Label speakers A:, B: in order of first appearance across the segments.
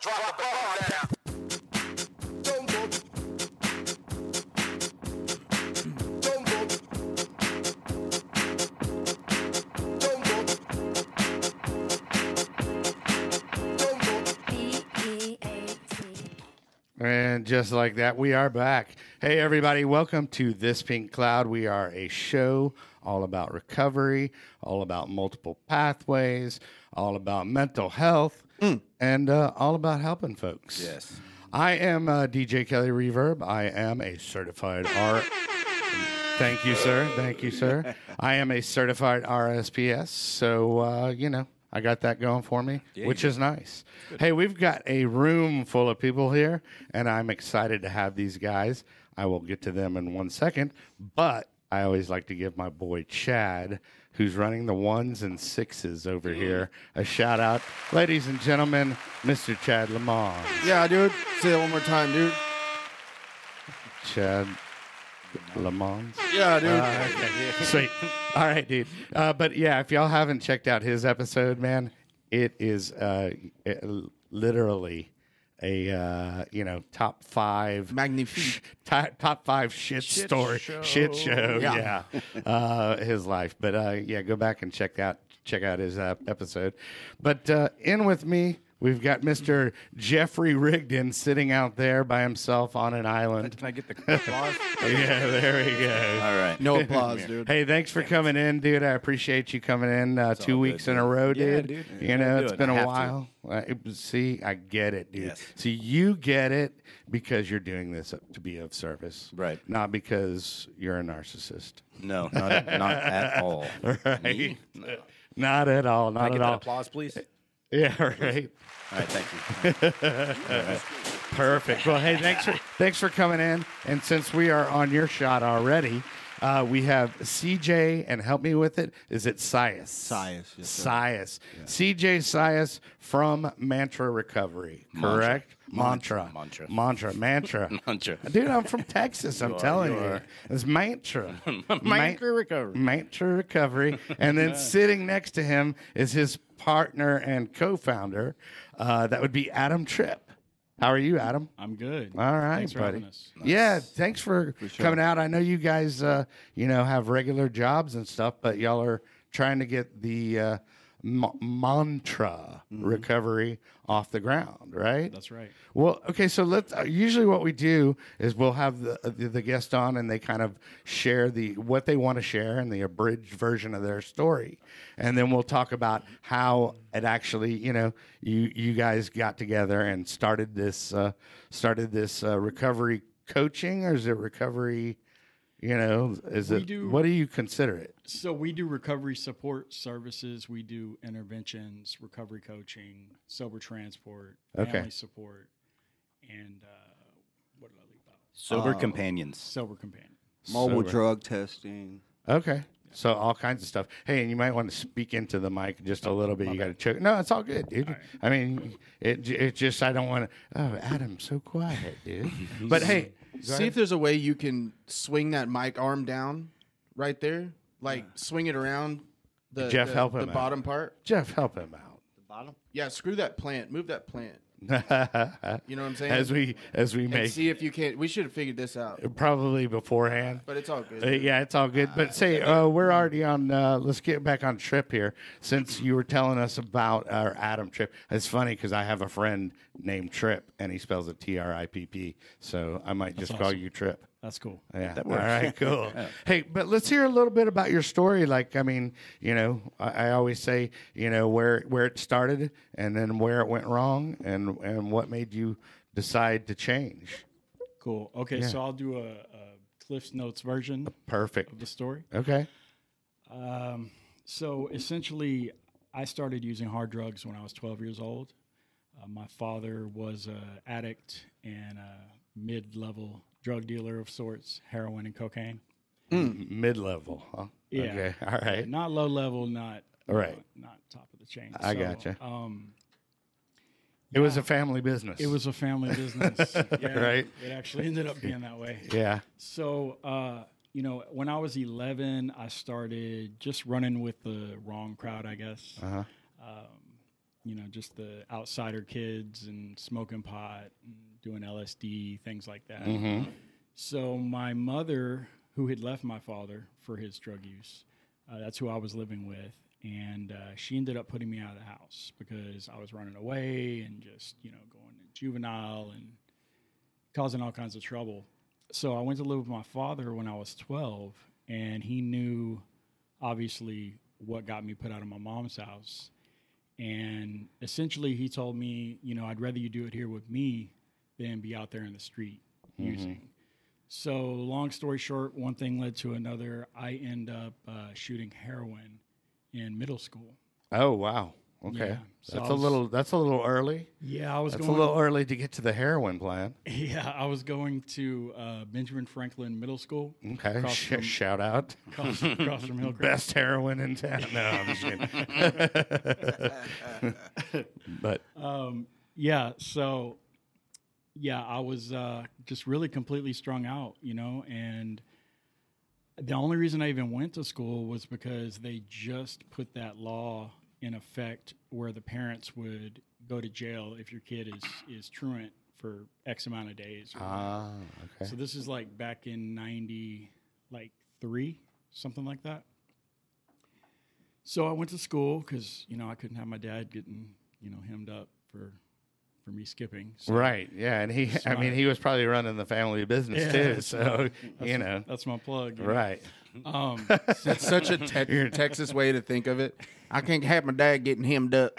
A: Drop the ball down.
B: Jumbo. Jumbo. Jumbo. Jumbo.
C: B-E-A-T.
D: And just like that, we are back. Hey, everybody, welcome to This Pink Cloud. We are a show all about recovery, all about multiple pathways, all about mental health, and uh, all about helping folks.
E: Yes.
D: I am uh, DJ Kelly Reverb. I am a certified R. Thank you, sir. Thank you, sir. I am a certified RSPS. So, uh, you know, I got that going for me, which is nice. Hey, we've got a room full of people here, and I'm excited to have these guys. I will get to them in one second, but I always like to give my boy Chad, who's running the ones and sixes over here, a shout out. Ladies and gentlemen, Mr. Chad Lamont.
E: Yeah, dude. Say that one more time, dude.
D: Chad Lamont.
E: Yeah, dude.
D: Sweet. All right, dude. Uh, but yeah, if y'all haven't checked out his episode, man, it is uh, it- literally a uh, you know top five
E: Magnifique.
D: top, top five shit, story shit show. Yeah,
E: Yeah.
D: uh, his life. But uh, yeah, go back and check out check out his uh, episode. But uh, in with me. We've got Mr. Jeffrey Rigdon sitting out there by himself on an island.
F: Can I get the applause?
D: Yeah, there we go.
F: All right.
E: No applause, dude.
D: Hey, thanks for coming in, dude. I appreciate you coming in uh, two
F: all
D: weeks
F: good,
D: in a row,
F: Yeah,
D: dude.
F: dude.
D: You know,
F: do
D: it's
F: it.
D: been
F: I
D: a
F: have to.
D: while. Uh, it- see, I get it, dude.
E: Yes.
D: See, you get it because you're doing this to be of service,
F: Right.
D: Not because you're a narcissist,
F: No, not, not at all.
D: right? Not at all. Not
F: I get
D: at
F: that
D: all.
F: applause, please.
D: Yeah, right.
F: All right, thank you.
D: Perfect. Well, hey, thanks for thanks for coming in. And since we are on your shot already, uh, we have CJ and help me with it. Is it Sias?
E: Sias, yes, sir.
D: Sias. CJ Sias from Mantra Recovery. Correct. Mantra.
F: Mantra.
D: Mantra. Mantra.
F: Mantra.
D: Dude, I'm from Texas. I'm telling you, it's Mantra.
F: Mantra Recovery.
D: Mantra Recovery. And then sitting next to him is his partner and co-founder. Uh, that would be Adam Tripp. How are you, Adam?
G: I'm good.
D: All right,
G: Thanks for
D: buddy.
G: having us.
D: Yeah, thanks for coming out. I know you guys, uh, you know, have regular jobs and stuff, but y'all are trying to get the uh, m- mantra recovery off the ground, right?
G: Mm-hmm. That's right.
D: Well, okay, so let's. Uh, usually, what we do is we'll have the, uh, the the guest on, and they kind of share the what they want to share and the abridged version of their story, and then we'll talk about how it actually, you know, you you guys got together and started this uh, started this uh, recovery coaching, or is it recovery? You know, is
G: We
D: it
G: do-
D: what do you consider it?
G: So we do recovery support services. We do interventions, recovery coaching, sober transport,
D: Okay.
G: family support, and uh, what did I leave out?
F: Sober
E: Um,
F: companions.
G: Sober companion.
E: Mobile
D: Sober.
E: drug testing.
D: Okay. So all kinds of stuff. Hey, and you might want to speak into the mic just a little bit. You got to choke. No, it's all good, dude. I mean, it j- it just I don't want to. Oh, Adam, so quiet, dude. but hey,
E: See if there's a way you can swing that mic arm down right there. Like swing it around the,
D: Jeff,
E: the,
D: help
E: the
D: him out.
E: bottom part.
D: Jeff, help him
E: Yeah, screw that plant. Move that plant.
D: out.
E: You know what I'm saying?
D: as we as we
E: and
D: make
E: see if you can't. We should have figured this out,
D: probably beforehand.
E: but it's all good.
D: Uh, yeah, it's all good. But say, uh, we're already on. Uh, let's get back on trip here. Since you were telling us about our Adam Trip, it's funny because I have a friend named Trip, and he spells it T R I P P. So I might just call you Trip.
G: That's cool.
D: Yeah. All right. Cool. Hey, but let's hear a little bit about your story. Like, I mean, you know, I, I always say, you know, where where it started, and then where it went wrong, and and what made you decide to change.
G: Cool. Okay, so I'll do a, a Cliff's Notes version of
D: Perfect.
G: the story.
D: Okay.
G: Um, so essentially, I started using hard drugs when I was 12 years old. Uh, my father was an addict and a mid-level drug dealer of sorts, heroin and cocaine.
D: Mid level, huh?
G: Mm-hmm. Yeah.
D: Okay. All right.
G: Not low level, not
D: All right.
G: not top of the chain.
D: I gotcha.
G: Um,
D: It was a family business.
G: it was a family business, Yeah,
D: Right.
G: It actually ended up being that way.
D: Yeah.
G: So, uh, you know, when I was 11, I started just running with the wrong crowd, I guess.
D: Uh huh.
G: Um, you know, just the outsider kids and smoking pot and doing LSD, things like that. So my mother, who had left my father for his drug use, uh, that's who I was living with, and uh, she ended up putting me out of the house because I was running away and just you know going to juvenile and causing all kinds of trouble. So I went to live with my father when I was twelve, and he knew obviously what got me put out of my mom's house. And essentially, he told me, you know, I'd rather you do it here with me than be out there in the street
D: Mm-hmm.
G: using. So, long story short, one thing led to another. I end up uh, shooting heroin in middle school.
D: Oh wow. Okay.
G: Yeah, so
D: that's
G: I
D: a
G: was-
D: little. That's a little early.
G: Yeah, I was
D: That's a
G: going.
D: little early to get to the heroin plan.
G: yeah, I was going to uh, Benjamin Franklin Middle School.
D: Okay.
G: across
D: Sh-
G: from,
D: shout out.
G: across, across from Hillcrest.
D: Best heroin in town. No, I'm just kidding. but
G: um, yeah so yeah i was uh, just really completely strung out you know and the only reason i even went to school was because they just put that law in effect where the parents would go to jail if your kid is is truant for x amount of days or whatever.
D: ah, okay.
G: So this is like back in ninety, like three, something like that. So I went to school because you know I couldn't have my dad getting you know hemmed up for for me skipping. So
D: Right. Yeah. And he, I mean,
G: Smart.
D: he was probably running the family business
G: Yeah,
D: too.
G: that's
D: So, you know,
G: that's my plug. you know.
D: right.
G: Um,
E: That's such a te- Texas way to think of it. I can't have my dad getting hemmed up.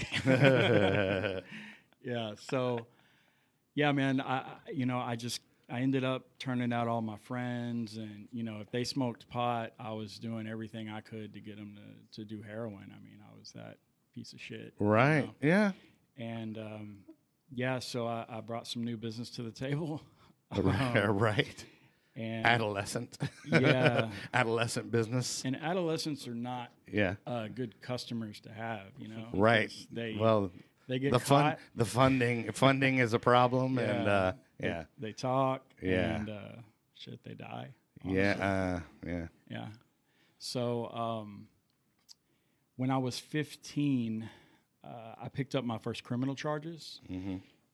G: yeah. So yeah, man. I I- you know I just I ended up turning out all my friends, and you know if they smoked pot, I was doing everything I could to get them to to do heroin. I mean, I was that piece of shit. you
D: Right.
G: know?
D: Yeah.
G: and um, yeah, so I, I brought some new business to the table. Um,
D: right.
G: and
D: Adolescent.
G: Yeah.
D: Adolescent business.
G: and adolescents are not
D: Yeah.
G: uh, good customers to have, you know.
D: Right.
G: 'cause They
D: well,
G: they get
D: the fun,
G: caught,
D: the funding, funding is a problem, and
G: Yeah.
D: uh, yeah,
G: they talk,
D: Yeah.
G: and uh, shit, they die.
D: yeah, uh, yeah.
G: Yeah. So um, when I was 15, uh, I picked up my first criminal charges,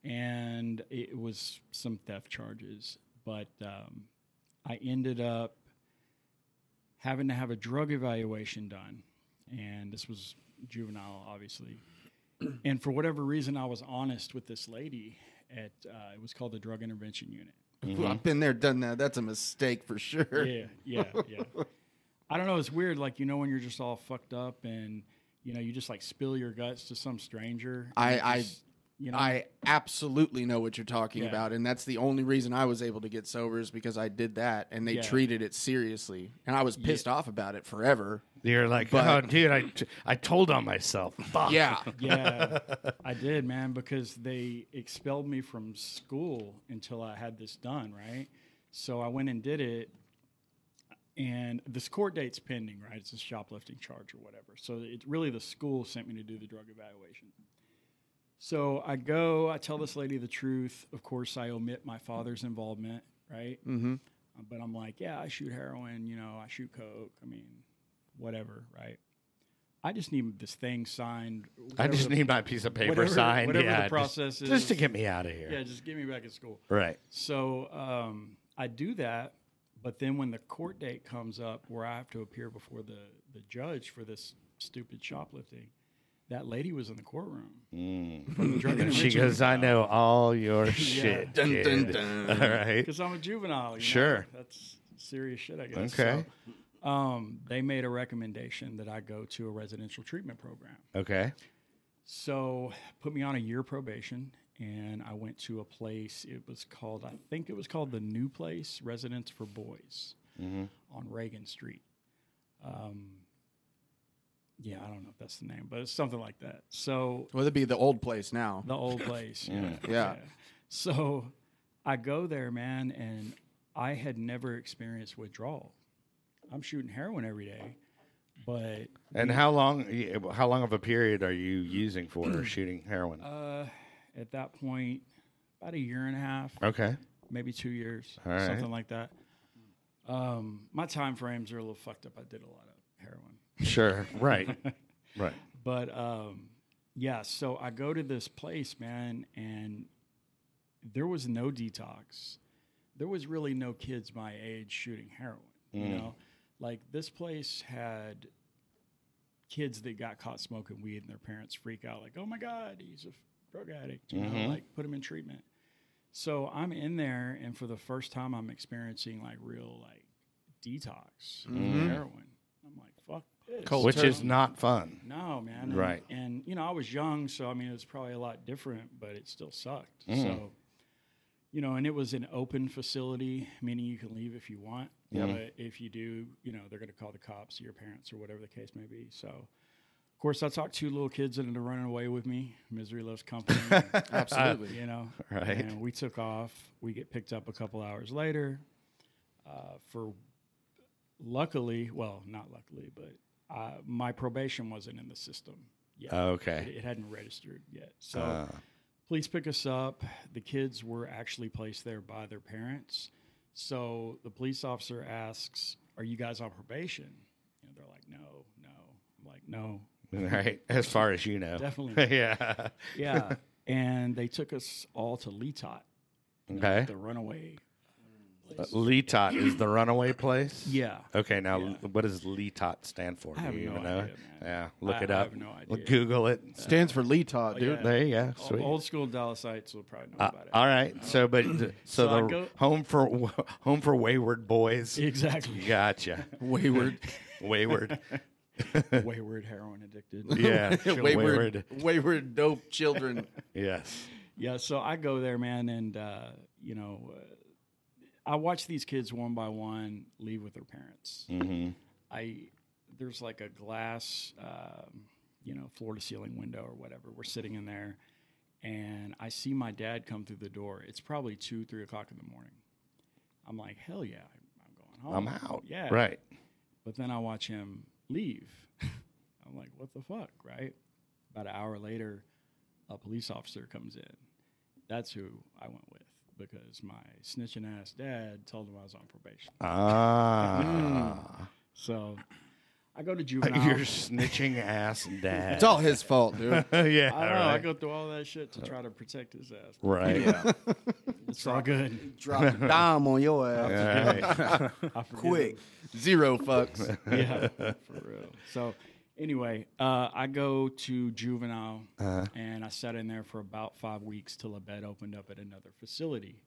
G: and it was some theft charges. But um, I ended up having to have a drug evaluation done, and this was juvenile, obviously. and for whatever reason, I was honest with this lady at uh, it was called the drug intervention unit.
E: I've been there, done that. That's a mistake for sure.
G: Yeah, yeah, yeah. I don't know. It's weird. Like you know, when you're just all fucked up and you know you just like spill your guts to some stranger. and
E: I-
G: it
E: I-
G: just, you know,
E: I absolutely know what you're talking
G: Yeah.
E: about, and that's the only reason I was able to get sober is because I did that, and they
G: Yeah.
E: treated it seriously, and I was pissed off about it forever.
D: You're like,
E: But-
D: oh, dude, I, I told on myself. Fuck.
E: Yeah,
G: yeah, I did, man, because they expelled me from school until I had this done, right? So I went and did it, and this court date's pending, right? It's a shoplifting charge or whatever. So it's really the school sent me to do the drug evaluation. So I go, I tell this lady the truth. Of course, I omit my father's involvement, right?
E: mm-hmm.
G: But I'm like, yeah, I shoot heroin, you know, I shoot coke. I mean, whatever, right? I just need this thing signed.
D: I
G: whatever
D: just
G: the-
D: need my piece of paper
G: whatever the-
D: signed.
G: whatever the
D: yeah, just-
G: process
D: just,
G: is.
D: to get me out of here.
G: Yeah, just get me back at school.
D: Right.
G: So um, I do that, but then when the court date comes up, where I have to appear before the the judge for this stupid shoplifting, that lady was in the courtroom. From the drug
D: And Mm. she
G: intervention
D: goes, I know all your shit.
E: Dun,
D: kid."
E: dun, dun.
D: All right.
G: because I'm a juvenile. you know?
D: Sure.
G: that's serious shit. I guess.
D: Okay.
G: So, um, they made a recommendation that I go to a residential treatment program.
D: Okay.
G: So put me on a year probation, and I went to a place. It was called, I think it was called the New Place Residence for Boys
D: Mm-hmm.
G: on Reagan Street. Um, yeah, I don't know if that's the name, but it's something like that. So
E: Well, it'd be the old place now.
G: the old place. yeah.
E: Yeah.
G: So I go there, man, and I had never experienced withdrawal. I'm shooting heroin every day, but
D: And how long? How long of a period are you using for shooting heroin?
G: uh, at that point, about a year and a half,
D: okay.
G: maybe two years,
D: All right.
G: something like that. Um, my time frames are a little fucked up. I did a lot of heroin,
D: Sure. Right. right.
G: but um, yeah, so I go to this place, man, and there was no detox. There was really no kids my age shooting heroin. You
D: Mm.
G: know, like this place had kids that got caught smoking weed and their parents freak out, like, oh my God, he's a f- drug addict. You
D: Mm-hmm.
G: know, like put him in treatment. So I'm in there, and for the first time, I'm experiencing like real like detox from heroin. I'm like, fuck this.
D: Mm-hmm. which
G: you
D: is
G: know?
D: not fun.
G: No, man. And-
D: Right.
G: And, you know, I was young, so I mean, it was probably a lot different, but it still sucked. So, you know, and it was an open facility, meaning you can leave if you want. But if you do, you know, they're going to call the cops or your parents or whatever the case may be. So, of course, I talked to little kids that are running away with me. Misery loves company.
E: Absolutely.
G: you know,
D: Right.
G: And we took off. We get picked up a couple hours later. Uh, for luckily, well, not luckily, but uh, my probation wasn't in the system yet.
D: Okay. Uh.
G: It, it hadn't registered yet. So police pick us up. The kids were actually placed there by their parents. So the police officer asks, "Are you guys on probation?" And they're like, "No, no." I'm like, "No,
D: Right. As far as you know.
G: Definitely.
D: yeah.
G: yeah." and they took us all to Letot,
D: Okay.
G: the runaway.
D: Uh, Letot is the runaway place.
G: Yeah.
D: Okay, now
G: Yeah.
D: l- what does LETOT stand for?
G: I have
D: Do you
G: no
D: even know?
G: idea, man.
D: Yeah, look
G: I-
D: it
G: I
D: up.
G: have no
D: Look-
G: idea.
D: Google it.
E: Stands for Lee Todd, dude.
G: Oh, Yeah.
D: There you go.
G: O-
D: Sweet.
G: Old school Dallasites will probably know
D: Uh,
G: about it.
D: all right. So, but th- so,
G: So I
D: the
G: go-
D: home for home for wayward boys.
G: Exactly.
D: Gotcha.
E: Wayward.
D: wayward.
G: Wayward heroin addicted.
D: Yeah. sure,
E: wayward, wayward, dope children.
D: Yes.
G: Yeah, so I go there, man, and uh, you know, uh, I watch these kids one by one leave with their parents.
D: Mhm.
G: I there's like a glass, um, you know, floor to ceiling window or whatever. We're sitting in there, and I see my dad come through the door. It's probably two, three o'clock in the morning. I'm like, hell yeah, I'm going home.
D: I'm out.
G: Oh, Yeah,
D: Right.
G: But then I watch him leave. I'm like, what the fuck, right? About an hour later, a police officer comes in. That's who I went with because my snitching ass dad told him I was on probation.
D: Ah.
G: So I go to juvenile.
D: Your snitching ass dad.
E: It's all his fault, dude.
D: yeah.
G: I, know, I
D: right.
G: go through all that shit to try to protect his ass.
D: Right.
G: It's all good.
E: Drop a dime on your ass.
D: Right.
G: I forgive
E: Quick. Zero fucks.
G: him. Yeah, for real. So anyway, uh, I go to juvenile and I sat in there for about five weeks till a bed opened up at another facility.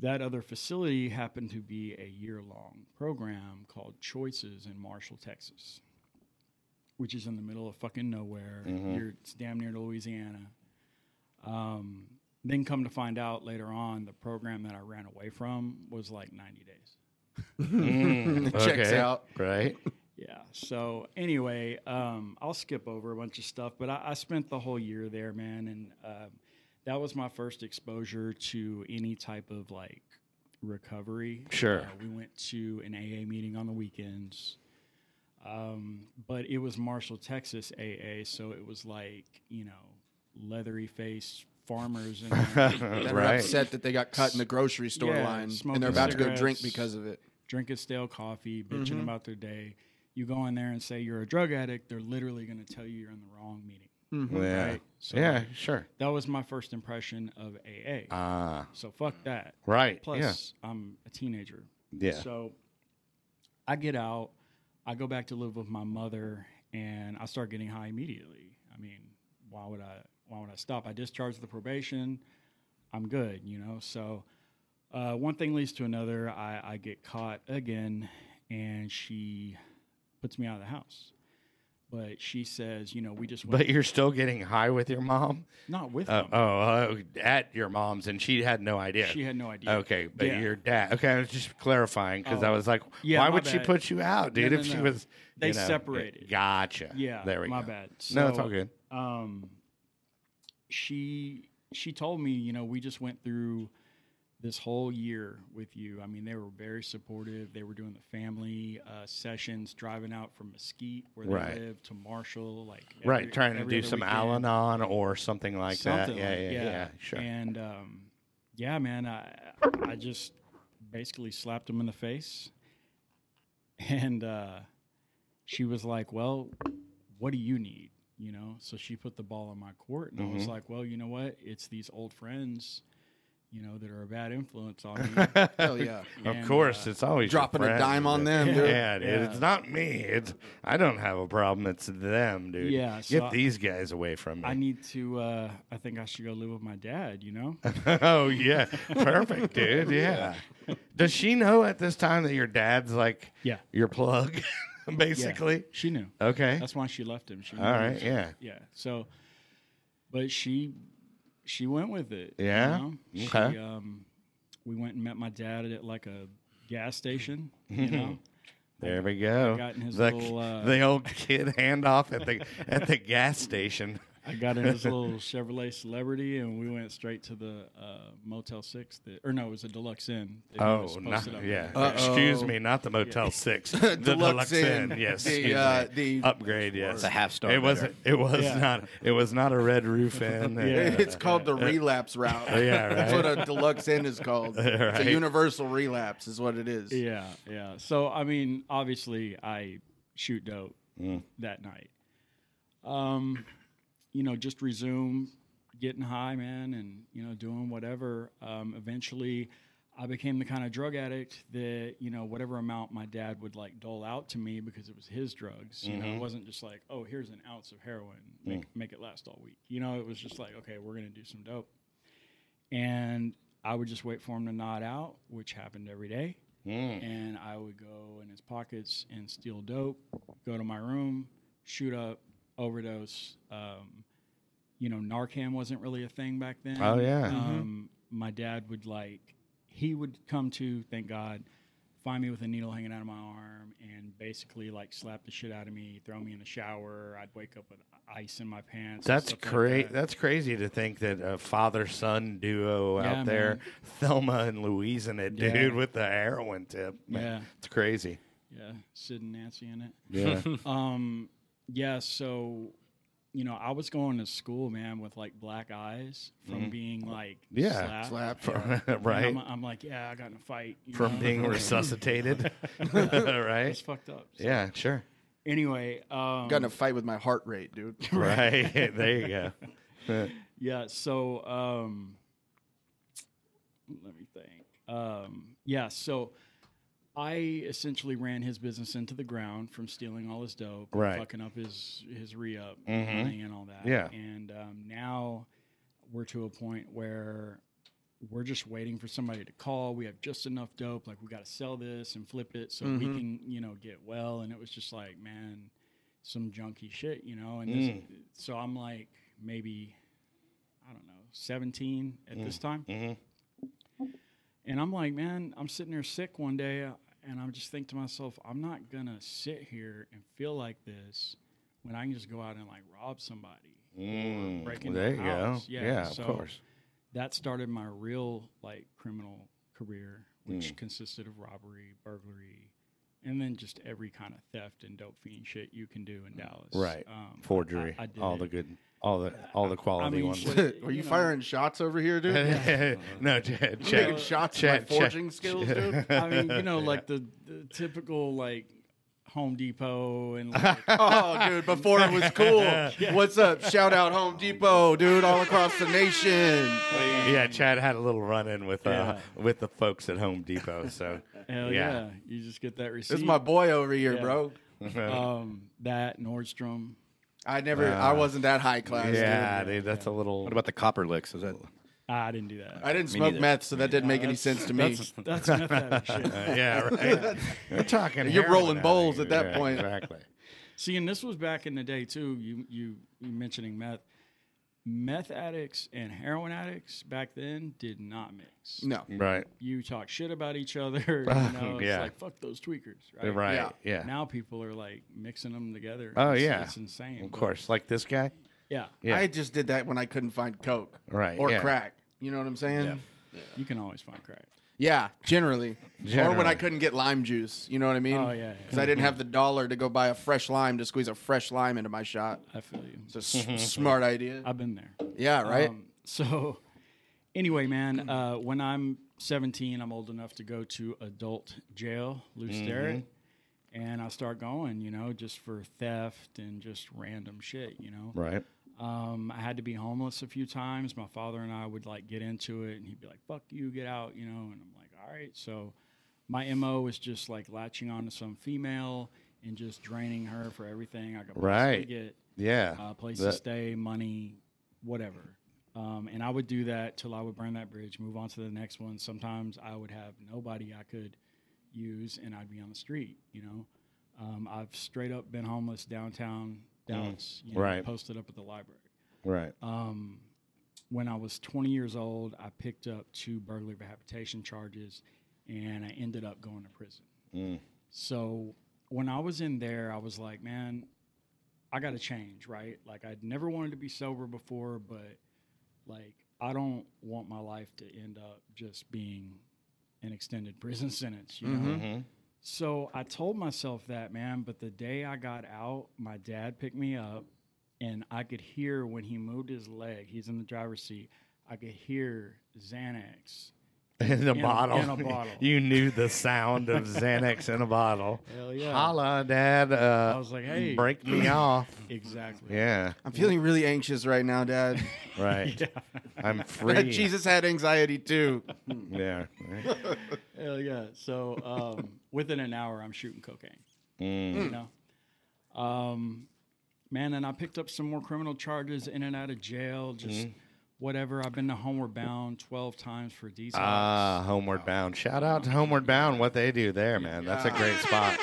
G: That other facility happened to be a year long program called Choices in Marshall, Texas, which is in the middle of fucking nowhere. You're, it's damn near Louisiana. Um, then come to find out later on, the program that I ran away from was like 90 days.
E: Checks
D: Mm. Okay.
E: out.
D: Right.
G: Yeah. So anyway, um, I'll skip over a bunch of stuff, but I, I spent the whole year there, man, and um, that was my first exposure to any type of like recovery.
D: Sure.
G: Uh, we went to an AA meeting on the weekends, um, but it was Marshall, Texas AA, so it was like you know leathery faced farmers and
E: That are
D: Right.
E: upset that they got cut in the grocery store
G: Yeah,
E: line and
G: smoking
E: they're about to go drink
G: cigarettes.
E: because of it.
G: drinking stale coffee, bitching about their day. You go in there and say you're a drug addict, they're literally going to tell you you're in the wrong meeting.
D: Yeah.
G: Right? So
D: yeah. Sure.
G: That was my first impression of AA.
D: Ah.
G: so fuck that.
D: right. yeah.
G: Plus, I'm a teenager.
D: Yeah.
G: So I get out, I go back to live with my mother, and I start getting high immediately. I mean, why would I? Why would I stop? I discharged the probation. I'm good, you know. So uh, one thing leads to another. I, I get caught again, and she puts me out of the house. But she says, you know, we just went
D: But you're still getting high with your mom?
G: not with
D: Uh,
G: them.
D: oh, oh, at your mom's, and she had no idea.
G: She had no idea.
D: Okay, but
G: Yeah.
D: your dad. Okay, I was just clarifying because I
G: Oh.
D: was like,
G: Yeah,
D: why
G: my
D: would she
G: bad.
D: put you out, dude,
G: no,
D: if she
G: no.
D: was.
G: They
D: you know,
G: separated.
D: Gotcha.
G: Yeah,
D: There we
G: my
D: go.
G: bad.
D: no, it's
G: So,
D: all good.
G: um, she she told me, you know, we just went through this whole year with you. I mean, they were very supportive. They were doing the family uh, sessions, driving out from Mesquite, where they
D: Right.
G: live, to Marshall, like every-
D: right, trying to
G: every
D: do
G: other
D: some
G: weekend.
D: Al Anon or something like
G: Something
D: that. Yeah,
G: like-
D: yeah, yeah, Sure.
G: And um, yeah, man, I I just basically slapped him in the face, and uh, she was like, "Well, what do you need?" you know. So she put the ball in my court, and I
D: Mm-hmm.
G: was like, well, you know what? It's these old friends, you know, that are a bad influence on me.
E: Hell yeah.
D: of
G: oh, And, uh,
D: course, it's always your
E: Dropping a
D: friend.
E: dime on them, dude.
D: Yeah, dude. It's not me. It's I don't have a problem. It's them, dude.
G: Yeah, so
D: Get
G: I-
D: these guys away from me.
G: I need to. Uh, I think I should go live with my dad. You know.
D: oh yeah, perfect, dude. Yeah. Does she know at this time that your dad's like
G: Yeah.
D: your plug, basically?
G: she knew.
D: Okay.
G: That's why she left him. She
D: All
G: knew.
D: right. Yeah.
G: Yeah. So, but she she went with it. you
D: Yeah?
G: know?
D: Okay.
G: She, um, we went and met my dad at like a gas station. You
D: Mm-hmm.
G: know.
D: There we go.
G: got in his
D: the,
G: little, uh,
D: the old kid handoff at the at the gas station.
G: I got in his little Chevrolet Celebrity, and we went straight to the uh, Motel Six. That, or no, it was a Deluxe Inn. that he
D: Oh,
G: was
D: not,
G: posted up
D: yeah.
G: there.
D: Excuse me, not the Motel Six, the Deluxe Inn. Yes, excuse
E: The, uh,
D: me.
E: the,
D: upgrade. Yes,
F: It's a half star.
D: It wasn't. It was
G: Yeah.
D: not. It was not a red roof inn. Uh, and-
E: it's called the relapse route.
D: yeah,
E: That's
D: right.
E: what a deluxe inn is called. It's
D: Right.
E: a universal relapse, is what it is.
G: Yeah, yeah. So I mean, obviously, I shoot dope that night. Um, you know, just resume getting high, man, and you know, doing whatever. Um, eventually, I became the kind of drug addict that you know, whatever amount my dad would like dole out to me because it was his drugs. You know, it wasn't just like, oh, here's an ounce of heroin, make make it last all week. You know, it was just like, okay, we're gonna do some dope, and. I would just wait for him to nod out, which happened every day
D: Mm.
G: and I would go in his pockets and steal dope, go to my room, shoot up, overdose. Um, you know, Narcan wasn't really a thing back then.
D: Oh, yeah. Mm-hmm.
G: Um, My dad would like, he would come to, thank God, find me with a needle hanging out of my arm and basically like slap the shit out of me, throw me in the shower. I'd wake up with ice in my pants. and
D: That's
G: stuff like
D: cra
G: that.
D: That's crazy to think that a father son duo
G: Yeah,
D: out there,
G: man.
D: Thelma and Louise, in it,
G: Yeah.
D: dude, with the heroin tip. Man,
G: Yeah.
D: it's crazy.
G: Yeah, Sid and Nancy in it.
D: Yeah,
G: Um, yeah, so you know, I was going to school, man, with like black eyes from being like
D: Mm-hmm. Yeah,
G: slapped.
E: Slap.
G: You know,
D: right.
G: I'm, I'm like, yeah, I got in a fight you
D: From
G: know?
D: being
G: Like,
D: resuscitated,
G: It's
D: right?
G: fucked up. So
D: Yeah, sure.
G: Anyway, um,
E: Got in a fight with my heart rate, dude.
D: Right there you go.
G: yeah. So um, let me think. Um, yeah, so I essentially ran his business into the ground from stealing all his dope, and
D: Right.
G: fucking up his his re up
D: Mhm.
G: money and all that.
D: Yeah.
G: and um, now we're to a point where we're just waiting for somebody to call. We have just enough dope, like we got to sell this and flip it so we
E: Mhm.
D: Mm-hmm.
G: can you know get well. And it was just like man, some junky shit, you know. And
D: Mm.
G: this, so I'm like maybe I don't know, 17 at this time.
D: Mhm.
G: And I'm like, man, I'm sitting there sick one day, uh, and I'm just think to myself, I'm not gonna sit here and feel like this when I can just go out and like rob somebody.
D: Mm,
G: break into
D: there you
G: the
D: go.
G: house.
D: Yeah,
G: Yeah,
D: of
G: so-
D: course.
G: That started my real like criminal career, which
D: Hmm.
G: consisted of robbery, burglary, and then just every kind of theft and dope fiend shit you can do in Dallas.
D: Right.
G: Um,
D: Forgery.
G: I- I did
D: all
G: it.
D: the good. All the all the quality
G: mean,
D: ones.
G: shit,
E: Are you,
G: know.
E: firing shots over here, dude?
D: no, Ch- Ch-
E: Taking shots at my
D: Ch- Ch-
E: forging skills, dude?
G: I mean, you know, like the, the typical like Home Depot and like,
E: Oh, dude, before it was cool. What's up? Shout out Home Depot, dude, all across the nation.
D: Yeah, Chad had a little run in with uh,
G: Yeah.
D: with the folks at Home Depot. So
G: hell yeah. you just get that receipt.
E: This is my boy over here,
G: Yeah.
E: bro.
G: um, that Nordstrom.
E: I never, I wasn't that high class,
D: yeah,
E: dude.
D: dude, that's a little. uh,
F: What about the copper licks? Is that
G: Ah, I didn't do that.
E: I didn't
F: Me
E: smoke
F: neither.
E: meth, so that didn't make any
G: That's-
E: sense to me.
G: That's, that's meth addict shit.
D: yeah, right. We're talking.
E: You're
D: heroin
E: rolling
D: out
E: bowls
D: here.
E: at that
D: Yeah,
E: point.
D: Exactly.
G: See, and this was back in the day too. You you you mentioning meth. Meth addicts and heroin addicts back then did not mix.
E: No.
D: Right.
G: You talk shit about each other. You know,
D: Yeah.
G: It's like fuck those tweakers, right?
D: Right. Yeah.
E: Yeah.
G: Now people are like mixing them together.
D: Oh,
G: It's-
D: yeah.
G: it's insane.
D: of course, like this guy.
G: Yeah,
D: Yeah.
E: I just did that when I couldn't find coke,
D: Right,
E: Or
D: yeah.
E: crack. You know what I'm saying? Yeah,
G: you can always find crack.
E: generally. Or when
D: Generally.
E: I couldn't get lime juice. You know what I mean?
G: Oh, yeah, yeah.
E: Because I didn't have the dollar to go buy a fresh lime to squeeze a fresh lime into my shot.
G: I feel you.
E: It's a s- smart idea.
G: I've been there.
E: Yeah, right.
G: Um, so, anyway, man, uh, when
D: Mm-hmm.
G: I'm 17, I'm old enough to go to adult jail, Luce Derrick, and I start going, you know, just for theft and just random shit, you know.
D: Right.
G: Um, I had to be homeless a few times. My father and I would like get into it, and he'd be like, "Fuck you, get out," you know. And I'm like, "All right." So, my mo is just like latching onto some female and just draining her for everything I could possibly
D: Right.
G: get,
D: Yeah.
G: uh, place to
D: That-
G: stay, money, whatever. Um, and I would do that till I would burn that bridge, move on to the next one. Sometimes I would have nobody I could use, and I'd be on the street. You know, um, I've straight up been homeless downtown Dallas, you know,
D: Mm. Right.
G: Posted up at the library.
D: right.
G: Um, when I was 20 years old, I picked up two burglary of habitation charges, and I ended up going to prison.
D: Mm.
G: So when I was in there, I was like, man, I got to change, right? Like I'd never wanted to be sober before, but like I don't want my life to end up just being an extended prison sentence, you know?
D: Mhm.
G: So I told myself that, man, but the day I got out, my dad picked me up and I could hear when he moved his leg, he's in the driver's seat, I could hear Xanax.
D: In a
G: In a-
D: bottle.
G: in a bottle.
D: you knew the sound of Xanax in a bottle.
G: Hell yeah.
D: Holla, Dad. Uh,
G: I was like, hey.
D: break me off.
G: Exactly.
D: Yeah.
E: I'm feeling really anxious right now, Dad.
D: Right. I'm free.
E: Jesus had anxiety too.
D: Yeah.
G: Hell yeah. So um, within an hour, I'm shooting cocaine.
D: Mm.
G: You know, um, man, and I picked up some more criminal charges in and out of jail, just
D: Mm-hmm.
G: whatever. I've been to Homeward Bound 12 times for these.
D: Ah, Homeward Bound. Shout out to Homeward Bound. What they do there, man. That's a great spot.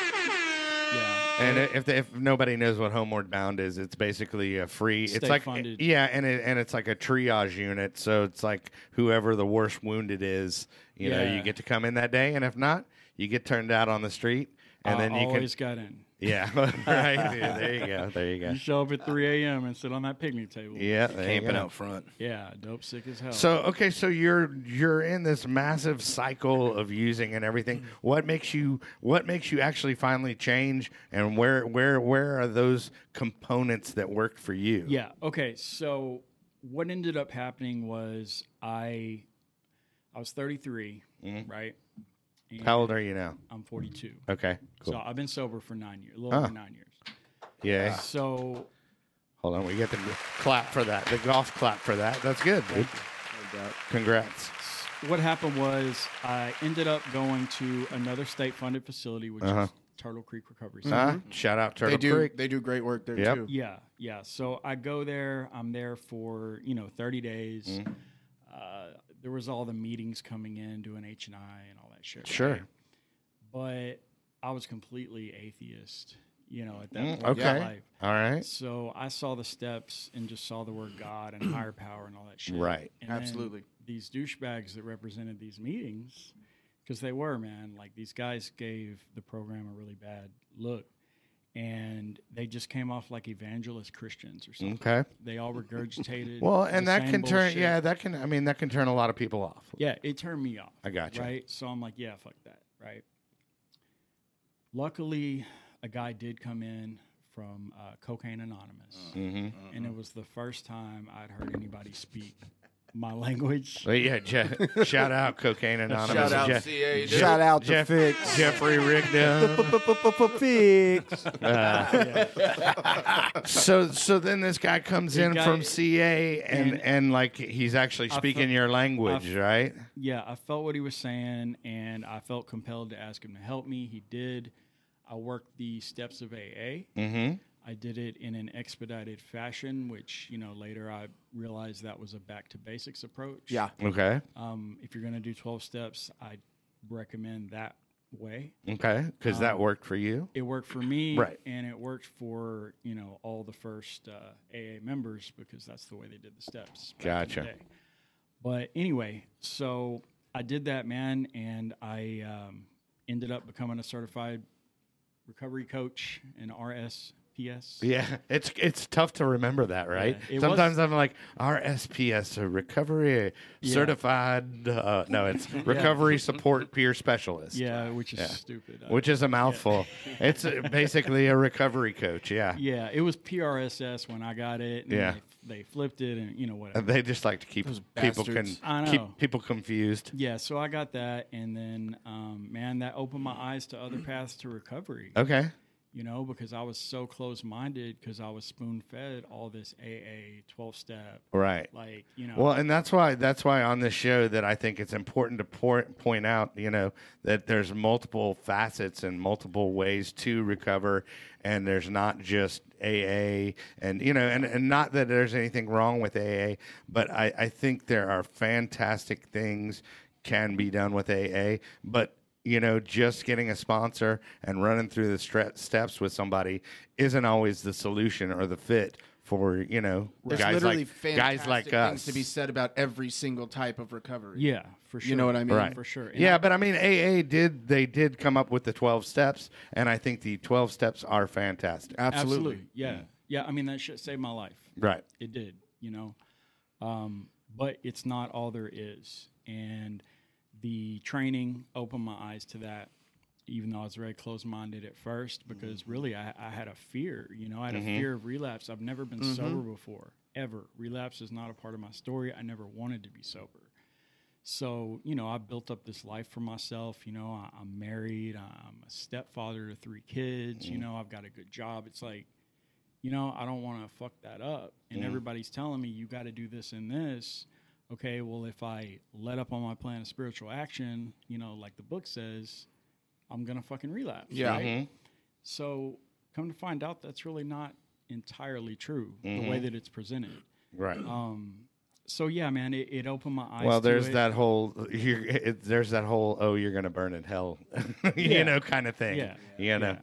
G: yeah.
D: And i- if, they, if nobody knows what Homeward Bound is, it's basically a free. It's
G: State
D: like
G: funded.
D: yeah, and it, and it's like a triage unit. So it's like whoever the worst wounded is, you know,
G: Yeah.
D: you get to come in that day, and if not, you get turned out on the street, and
G: I
D: then you
G: always got in.
D: can yeah, right dude, there you go, there you go,
G: You show up at 3 a.m. and sit on that picnic table.
D: yeah, there you
F: Camping
D: go.
F: out front.
G: Yeah, dope sick as hell.
D: So okay, so you're you're in this massive cycle of using and everything. What makes you what makes you actually finally change and where where where are those components that worked for you?
G: Yeah. Okay. So what ended up happening was I, I was 33,
D: Mm-hmm.
G: right? And
D: How old are you now?
G: I'm 42.
D: Okay. Cool.
G: So I've been sober for nine years, a little
D: Huh.
G: over nine years.
D: yeah.
G: uh, So
D: Hold on, we get the clap for that. The golf clap for that. That's good. dude. Congrats.
G: s- what happened was I ended up going to another state-funded facility, which
D: Uh-huh. Ah.
G: is Turtle Creek Recovery Center.
D: Huh? Shout out Turtle
E: they do.
D: Creek.
E: They do great work there
D: Yep.
E: too.
G: Yeah, yeah. So I go there. I'm there for you know 30 days.
D: Mm-hmm.
G: Uh, there was all the meetings coming in, doing H and I and all that shit.
D: Sure.
G: right? But I was completely atheist. You know, at that
D: Mm,
G: point in
D: okay.
G: my life.
D: All right.
G: So I saw the steps and just saw the word God and higher power and all that shit.
D: Right.
G: And then
E: Absolutely.
G: These douchebags that represented these meetings, because they were, man, like these guys gave the program a really bad look. And they just came off like evangelist Christians or something.
D: Okay.
G: They all regurgitated.
D: Well,
G: the
D: and that
G: same
D: can turn
G: bullshit.
D: yeah, that can I mean that can turn a lot of people off.
G: Yeah, it turned me off.
D: I gotcha.
G: Right. So I'm like, yeah, fuck that. Right. Luckily, a guy did come in from uh, Cocaine Anonymous,
D: Mhm.
G: and it was the first time I'd heard anybody speak my language.
D: But yeah, Je- shout out Cocaine Anonymous.
E: Shout out
D: Je-
E: CA. dude.
D: Shout
F: out
D: Jeff- Jeffrey Rigdon.
F: Fix.
D: so so then Uh, this guy comes
G: The
D: in
G: guy-
D: from CA and, and
G: and-
D: like he's actually
G: I
D: speaking
G: felt-
D: your language,
G: I-
D: right?
G: Yeah, I felt what he was saying, and I felt compelled to ask him to help me. He did. I worked the steps of AA.
D: Mm-hmm.
G: I did it in an expedited fashion, which, you know, later I realized that was a back to basics approach.
E: Yeah.
D: Okay.
G: Um, if you're going to do 12 steps, I recommend that way.
D: Okay. Because that worked for you.
G: It worked for me,
D: Right.
G: and it worked for you know all the first uh, AA members because that's the way they did the steps. back in the
D: Gotcha.
G: day. But anyway, so I did that, man, and I um, ended up becoming a certified recovery coach and RSPS.
D: Yeah, it's it's tough to remember that, right?
G: Yeah, it
D: Sometimes I'm like RSPS, a recovery certified. Uh, no, it's recovery support peer specialist.
G: Yeah, which is stupid. Uh, I-
D: which is a mouthful. it's uh, basically a recovery coach. Yeah,
G: Yeah, it was PRSS when I got it. And
D: Yeah.
G: They they flipped it and you know whatever.
D: They just like to keep people
E: bastards.
D: con-
G: I know.
D: keep people confused.
G: Yeah, so I got that, and then um, man, that opened my eyes to other paths to recovery.
D: Okay.
G: You know, because I was so close-minded because I was spoon-fed all this AA, twelve-step,
D: Right.
G: like you know.
D: Well, and that's why that's why on this show that I think it's important to por- point out, you know, that there's multiple facets and multiple ways to recover, and there's not just AA, and you know, and, and not that there's anything wrong with AA, but I, I think there are fantastic things can be done with AA, but you know, just getting a sponsor and running through the stre- steps with somebody isn't always the solution or the fit for you know
E: There's
D: guys
E: literally
D: like
E: fantastic
D: guys like
E: things
D: us
E: to be said about every single type of recovery.
G: yeah, for sure.
E: You know what I mean?
D: Right.
G: for sure. And
D: yeah, but I mean, AA did they did come up with the twelve steps, and I think the twelve steps are fantastic.
E: Absolutely. Mm.
G: absolutely. Yeah. yeah, I mean that shit saved my life.
D: Right.
G: It did, you know. Um, but it's not all there is. And the training opened my eyes to that, even though I was very close minded at first, because really I, I had a fear, you know, I had a fear of relapse. I've never been sober before, ever. Relapse is not a part of my story. I never wanted to be sober. So, you know, I built up this life for myself. You know, I, I'm married, I'm a stepfather to three kids,
D: Mm-hmm.
G: you know, I've got a good job. It's like, you know, I don't want to fuck that up. And
D: Mm-hmm.
G: everybody's telling me you got to do this and this. Okay, well, if I let up on my plan of spiritual action, you know, like the book says, I'm gonna fucking relapse.
E: Yeah.
G: right?
D: Mm-hmm.
G: So come to find out, that's really not entirely true the
D: Mm-hmm.
G: way that it's presented.
D: Right.
G: Um, so yeah, man, it, it opened my eyes.
D: well,
G: to
D: there's
G: it.
D: that whole you're, it, there's that whole oh you're gonna burn in hell, you
G: Yeah.
D: know kind of thing.
G: Yeah.
D: You know.
G: Yeah.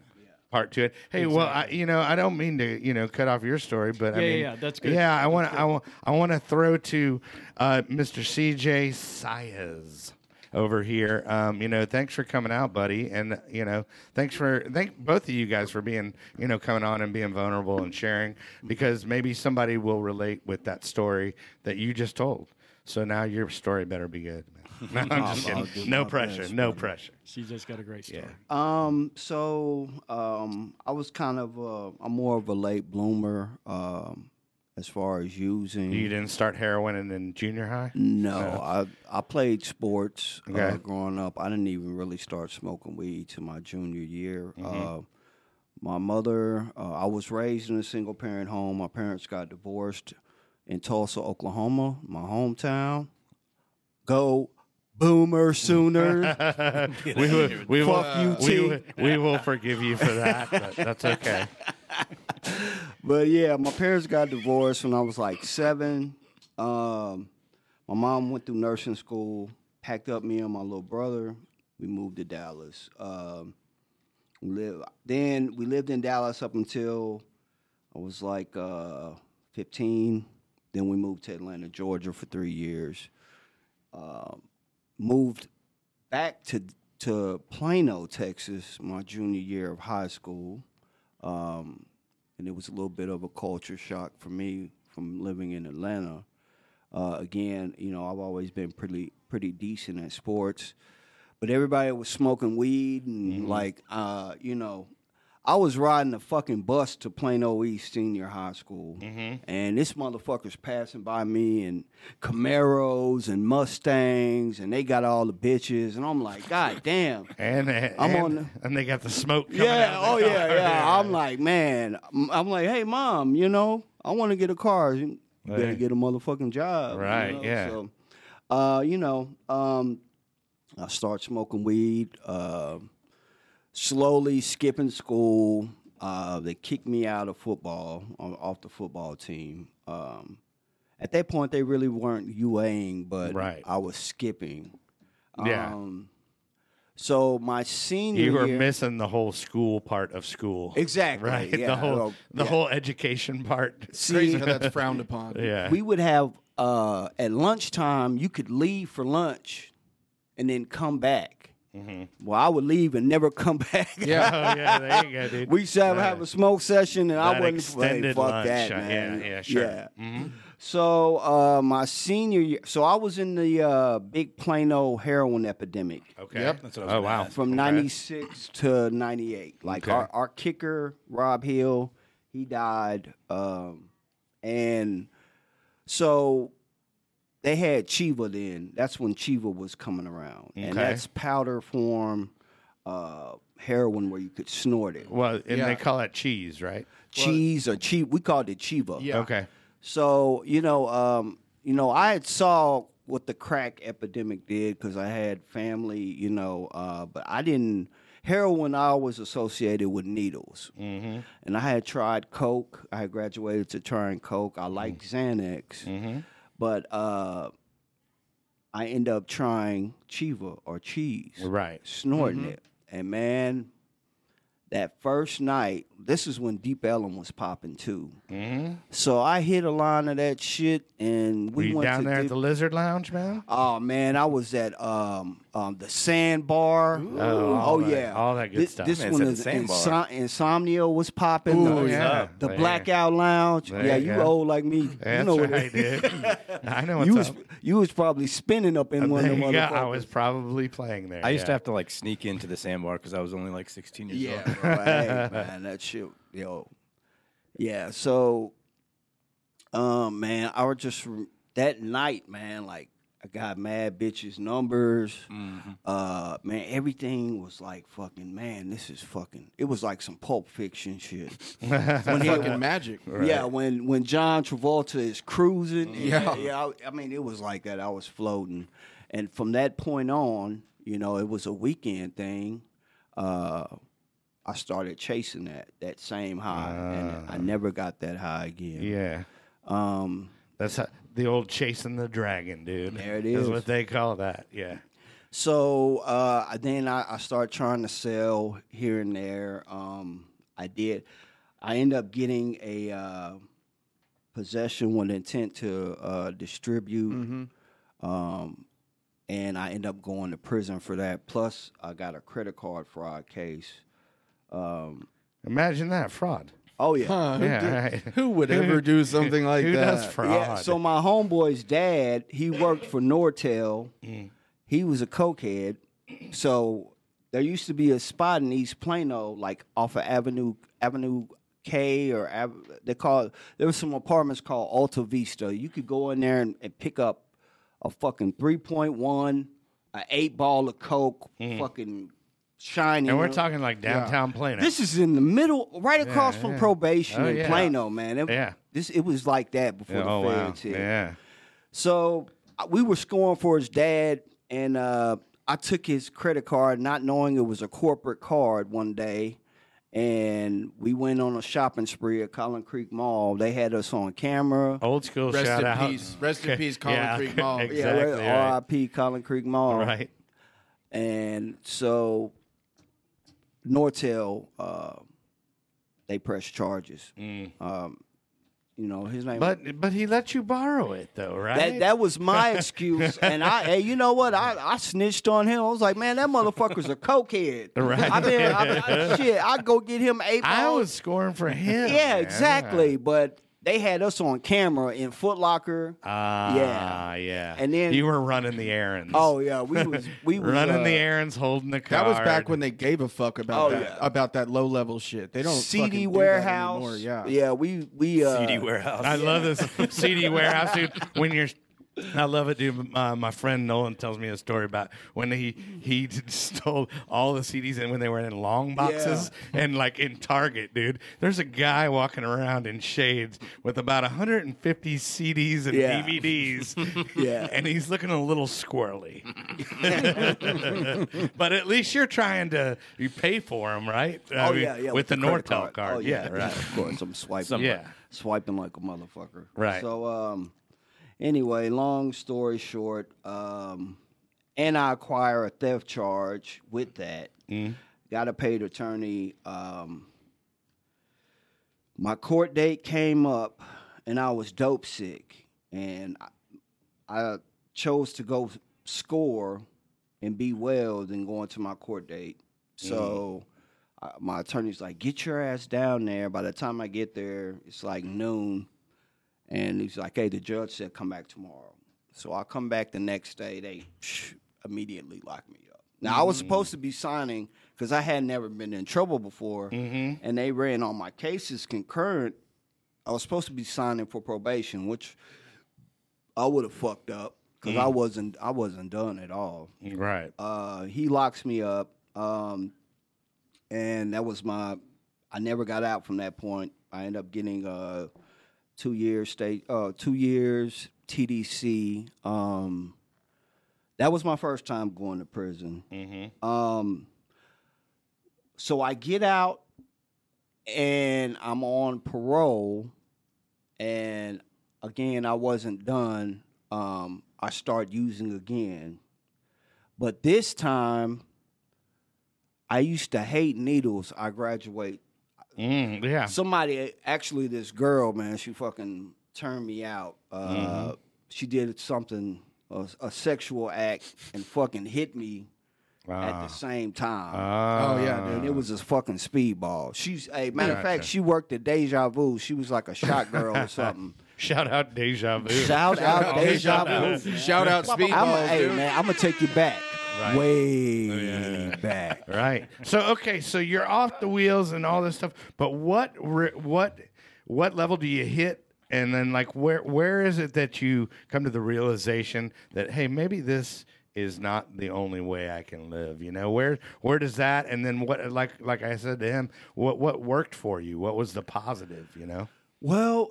D: Part to it. Hey, well, I, you know, I don't mean to, you know, cut off your story, but I
G: Yeah, yeah,
D: mean,
G: yeah, that's good.
D: Yeah, I want, I want, I want to throw to uh, Mr. CJ Sayas over here. Um, you know, thanks for coming out, buddy, and you know, thanks for thank both of you guys for being, you know, coming on and being vulnerable and sharing because maybe somebody will relate with that story that you just told. So now your story better be good. Man. No, I'm just
A: I'll
D: kidding.
A: do
D: No
A: my
D: pressure.
A: best,
D: No pressure.
G: She just got a great story.
A: Um, so um, I was kind of a, I'm more of a late bloomer um, as far as using.
D: You didn't start heroin in, in junior high.
A: No, I I played sports uh,
D: Okay.
A: growing up. I didn't even really start smoking weed till my junior year.
D: Mm-hmm.
A: Uh, my mother, uh, I was raised in a single parent home. My parents got divorced in Tulsa, Oklahoma, my hometown. Go Boomer Sooner.
D: we will, we will,
A: Fuck you,
D: we,
A: T.
D: will, we will forgive you for that. But that's okay.
A: But yeah, my parents got divorced when I was like seven. Um, my mom went through nursing school, packed up me and my little brother. We moved to Dallas. Um, we live then we lived in Dallas up until I was like uh, 15. Then we moved to Atlanta, Georgia for three years. Um moved back to to Plano, Texas, my junior year of high school. Um, and it was a little bit of a culture shock for me from living in Atlanta. Uh, again, you know, I've always been pretty pretty decent at sports, but everybody was smoking weed and like, uh, you know, I was riding a fucking bus to Plano East Senior High School, and this motherfucker's passing by me and Camaros and Mustangs, and they got all the bitches, and I'm like, God damn.
D: And and,
A: I'm on-
D: and they got the smoke. Coming
A: Yeah.
D: Out
A: Oh
D: the
A: yeah.
D: car.
A: Yeah. I'm like, man. I'm- I'm like, hey, mom. You know, I want to get a car. You better
D: Right.
A: get a motherfucking job. you
D: Right,
A: know?
D: yeah.
A: So, uh, you know, um, I start smoking weed. Uh, slowly skipping school. Uh, they kicked me out of football, o- off the football team. Um, at that point, they really weren't UAing, but
D: Right.
A: I was skipping.
D: Yeah.
A: Um, so my senior
D: You were
A: year,
D: missing the whole school part of school.
A: Exactly.
D: Right.
A: yeah.
D: The whole
A: Well,
D: the
A: yeah.
D: whole education part.
E: Crazy how that's frowned upon.
D: Yeah.
A: We would have uh, at lunchtime. You could leave for lunch, and then come back. Well, I would leave and never come back.
D: oh Mm-hmm. yeah. There you go, dude.
A: we used to have, have a smoke session, and I
D: That
A: wouldn't
D: extended
A: fuck
D: lunch,
A: that,
D: uh,
A: man.
D: yeah, yeah, sure. Mm-hmm.
A: Yeah. So uh, my senior year, so I was in the uh, big Plano heroin epidemic
D: okay.
E: Yep.
D: That's what I was oh wow.
A: from '96 to '98. Like
D: Okay.
A: our, our kicker, Rob Hill, he died, um, and So they had Chiva then. That's when Chiva was coming around, and
D: Okay.
A: that's powder form uh, heroin where you could snort it.
D: Well, and
E: Yeah.
D: they call that cheese, right?
A: Cheese or chi We called it Chiva.
E: Yeah.
D: Okay.
A: So you know, um, you know, I had saw what the crack epidemic did because I had family, you know, uh, but I didn't. Heroin I was associated with needles, mm-hmm. and I had tried coke. I had graduated to trying coke. I like Xanax, but uh, I end up trying Chiva or cheese,
D: Right.
A: snorting
D: Mm-hmm.
A: it, and man. That first night, this is when Deep Ellum was popping too. So I hit a line of that shit, and
D: Mm-hmm. Were
A: we
D: you
A: went
D: down
A: to
D: there at
A: dip-
D: the Lizard Lounge, man?
A: Oh man, I was at um, um the sandbar.
D: Oh, all that-
A: yeah,
D: all that good
A: Thi-
D: stuff.
A: This
D: Man,
A: one
C: it's at
A: is
C: the Sandbar.
A: insom- insomnia was popping.
D: Oh,
A: the,
D: yeah.
A: the
D: There you
A: blackout lounge.
D: There
A: yeah,
D: you
A: you
D: go.
A: old like me.
D: That's
A: you know what
D: right, dude. I know what's
A: you was
D: up.
A: you was probably spinning up in one
D: Uh, There
A: of
D: you
A: them.
D: go. I
A: motherfuckers.
D: was probably playing there.
C: I used to
D: yeah.
C: have to like sneak into the sandbar because I was only like 16 years
A: Yeah,
C: old.
A: bro, hey, man, that shit, yo, yeah. So, um, man, I was just rem- that night, man. Like, I got mad bitches' numbers. Uh, man, everything was like fucking. Man, this is fucking. It was like some Pulp Fiction shit. when he,
E: Fucking magic.
A: yeah, when when John Travolta is cruising, yeah, yeah. I, I mean, it was like that. I was floating, and from that point on, you know, it was a weekend thing. Uh, I started chasing that that same high, and I never got that high again.
D: Yeah.
A: Um,
D: That's how, the old chasing the dragon, dude.
A: There it
D: Is
A: is.
D: what they call that. Yeah.
A: So uh, then I, I started trying to sell here and there. Um, I did. I end up getting a uh, possession with intent to uh, distribute, um, and I end up going to prison for that. Plus, I got a credit card fraud case. Um,
D: Imagine that fraud.
A: oh yeah,
E: Huh, who,
D: Yeah,
E: do-
D: right.
E: who would ever do something like
D: Who
E: that?
D: does fraud?
A: yeah. So my homeboy's dad, he worked for Nortel.
D: Mm.
A: He was a cokehead. So there used to be a spot in East Plano, like off of Avenue Avenue K or Ave- they call it, there was some apartments called Alta Vista. You could go in there and, and pick up a fucking three point one, an eight ball of coke, fucking shiny.
D: Mm. and we're talking like downtown Plano.
A: This is in the middle, right across from
D: yeah.
A: probation
D: Oh,
A: in
D: yeah.
A: Plano, man. It,
D: Yeah.
A: this it was like that before
D: Yeah, oh
A: the
D: wow.
A: feds hit.
D: Yeah.
A: So I- we were scoring for his dad, and uh, I took his credit card, not knowing it was a corporate card one day. And we went on a shopping spree at Collin Creek Mall. They had us on camera.
D: Old school
E: Rest
D: shout
E: in
D: out.
E: peace. Rest in peace, Collin
D: Yeah,
E: Creek Mall.
D: ex-
E: Yeah.
A: yeah,
D: exactly right.
A: RIP Collin Creek Mall.
D: Right.
A: And so Nortel, uh, they pressed charges. Um, you know, his name
D: But but he let you borrow it though, right?
A: That that was my excuse, and I, hey, you know what? I, I snitched on him. I was like, man, that motherfucker's a cokehead.
D: Right.
A: I mean, I, I, shit, I go get him eight.
D: I
A: balls.
D: was scoring for him.
A: yeah,
D: man.
A: exactly. But they had us on camera in Foot Locker.
D: Ah, yeah. yeah.
A: And then-
D: you were running the errands.
A: oh yeah, we was we was
D: running
A: uh,
D: the errands, holding the card.
E: That was back when they gave a fuck about
A: Oh,
E: that
A: yeah.
E: about that low level shit. They don't fucking
A: CD
E: do that
A: warehouse.
E: anymore, Yeah.
A: yeah, we we uh,
C: CD warehouse.
D: I love this CD warehouse, dude. When you're, I love it, dude. My, my friend Nolan tells me a story about when he he stole all the CDs and when they were in long boxes and like in Target, dude. There's a guy walking around in shades with about 150 CDs and
A: Yeah.
D: DVDs.
A: Yeah.
D: and he's looking a little squirrely. but at least you're trying to you pay for them, right? I
A: Oh
D: mean,
A: yeah, yeah.
D: With, the,
A: credit
D: Nortel card,
A: Oh,
D: yeah, right.
A: Of course, I'm swiping.
D: Yeah.
A: swiping like a motherfucker.
D: Right.
A: So, um, anyway, long story short, um, and I acquire a theft charge with that.
D: Mm-hmm.
A: Got a paid attorney. Um, my court date came up, and I was dope sick, and I, I chose to go score and be well than going to my court date. So I, my attorney's like, get your ass down there. By the time I get there, it's like noon. And he's like, hey, the judge said come back tomorrow. So I come back the next day. They psh, immediately lock me up. Now, I was supposed to be signing because I had never been in trouble before.
D: Mm-hmm.
A: And they ran all my cases concurrent. I was supposed to be signing for probation, which I would have fucked up because I wasn't I wasn't done at all.
D: Right.
A: Uh, he locks me up, um, and that was my. I never got out from that point. I ended up getting uh, two years state, uh, two years TDC. Um, that was my first time going to prison.
D: Mm-hmm.
A: Um, so I get out and I'm on parole, and again, I wasn't done. Um, I start using again, but this time I used to hate needles. I graduate.
D: Mm, yeah.
A: Somebody, actually, this girl, man, she fucking turned me out. Uh, She did something, a, a sexual act, and fucking hit me at the same time.
D: Ah.
E: Oh, yeah,
A: And it was a fucking speedball. She's a matter of
D: Gotcha.
A: fact, she worked at Deja Vu. She was like a shot girl or something.
D: Shout out Deja Vu.
A: Shout out Deja
D: Shout
A: Vu.
D: out.
E: Shout out
A: I'm a,
E: Speedballs,
A: hey
E: dude.
A: man, I'm gonna take you back,
D: Right.
A: way
D: Yeah.
A: back.
D: Right. So okay, so you're off the wheels and all this stuff, but what re- what what level do you hit? And then like where where is it that you come to the realization that hey, maybe this is not the only way I can live, you know? Where where does that and then what like like I said to him, what what worked for you? What was the positive, you know?
A: Well,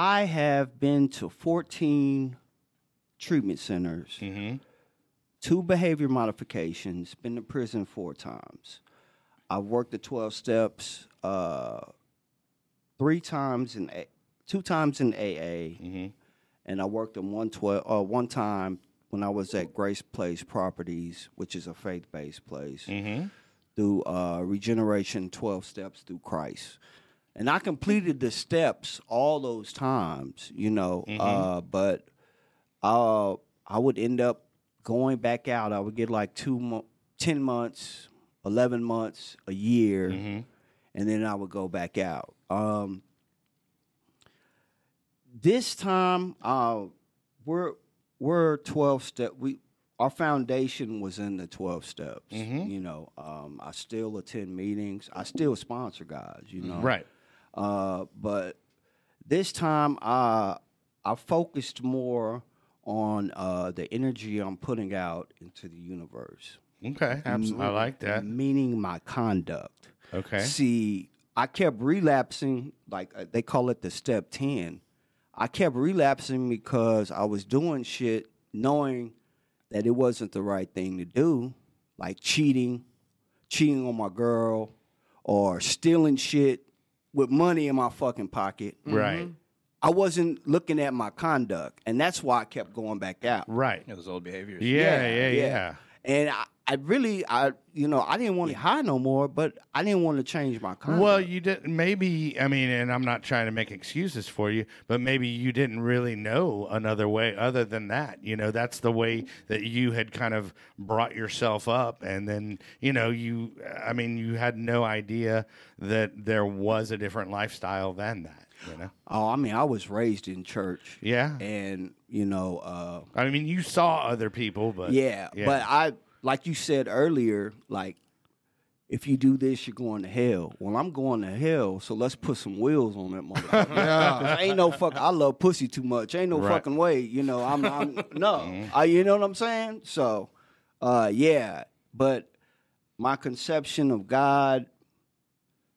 A: I have been to 14 treatment centers,
D: Mhm.
A: two behavior modifications, been to prison four times. I've worked the 12 steps uh, three times in A- two times in AA,
D: Mhm.
A: and I worked them one twelve uh, one time when I was at Grace Place Properties, which is a faith based place
D: Mhm.
A: through uh, regeneration 12 steps through christ and i completed the steps all those times you know uh, but uh, i would end up going back out i would get like two mo- 10 months 11 months a year
D: Mhm.
A: and then i would go back out um, this time uh, we're we're 12 step we our foundation was in the 12 steps
D: Mhm.
A: you know um, i still attend meetings i still sponsor guys you know
D: Right.
A: uh, but this time i i focused more on uh, the energy i'm putting out into the universe
D: Okay. Absolutely. I like that.
A: meaning my conduct
D: Okay.
A: Mm-hmm. See, I kept relapsing, like uh, they call it the step 10. I kept relapsing because I was doing shit knowing that it wasn't the right thing to do, like cheating, cheating on my girl, or stealing shit with money in my fucking pocket.
D: Right.
A: I wasn't looking at my conduct, and that's why I kept going back out.
D: Right.
C: You know, those old behaviors.
D: Yeah, yeah,
A: Yeah,
D: yeah.
A: yeah. And I, I really, I you know, I didn't want to high no more, but I didn't want to change my conduct.
D: Well, you didn't. Maybe I mean, and I'm not trying to make excuses for you, but maybe you didn't really know another way other than that. You know, that's the way that you had kind of brought yourself up, and then you know, you. I mean, you had no idea that there was a different lifestyle than that. You know.
A: Oh, I mean, I was raised in church,
D: Yeah.
A: and you know, uh,
D: I mean, you saw other people, but
A: yeah, But I, like you said earlier, like if you do this, you're going to hell. Well, I'm going to hell, so let's put some wheels on that motherfucker. 'Cause ain't no fuck. I love pussy too much. Ain't no
D: Right. Mm-hmm.
A: fucking way. You know, I'm, I'm no. I, you know what I'm saying? So, uh, yeah. But my conception of God,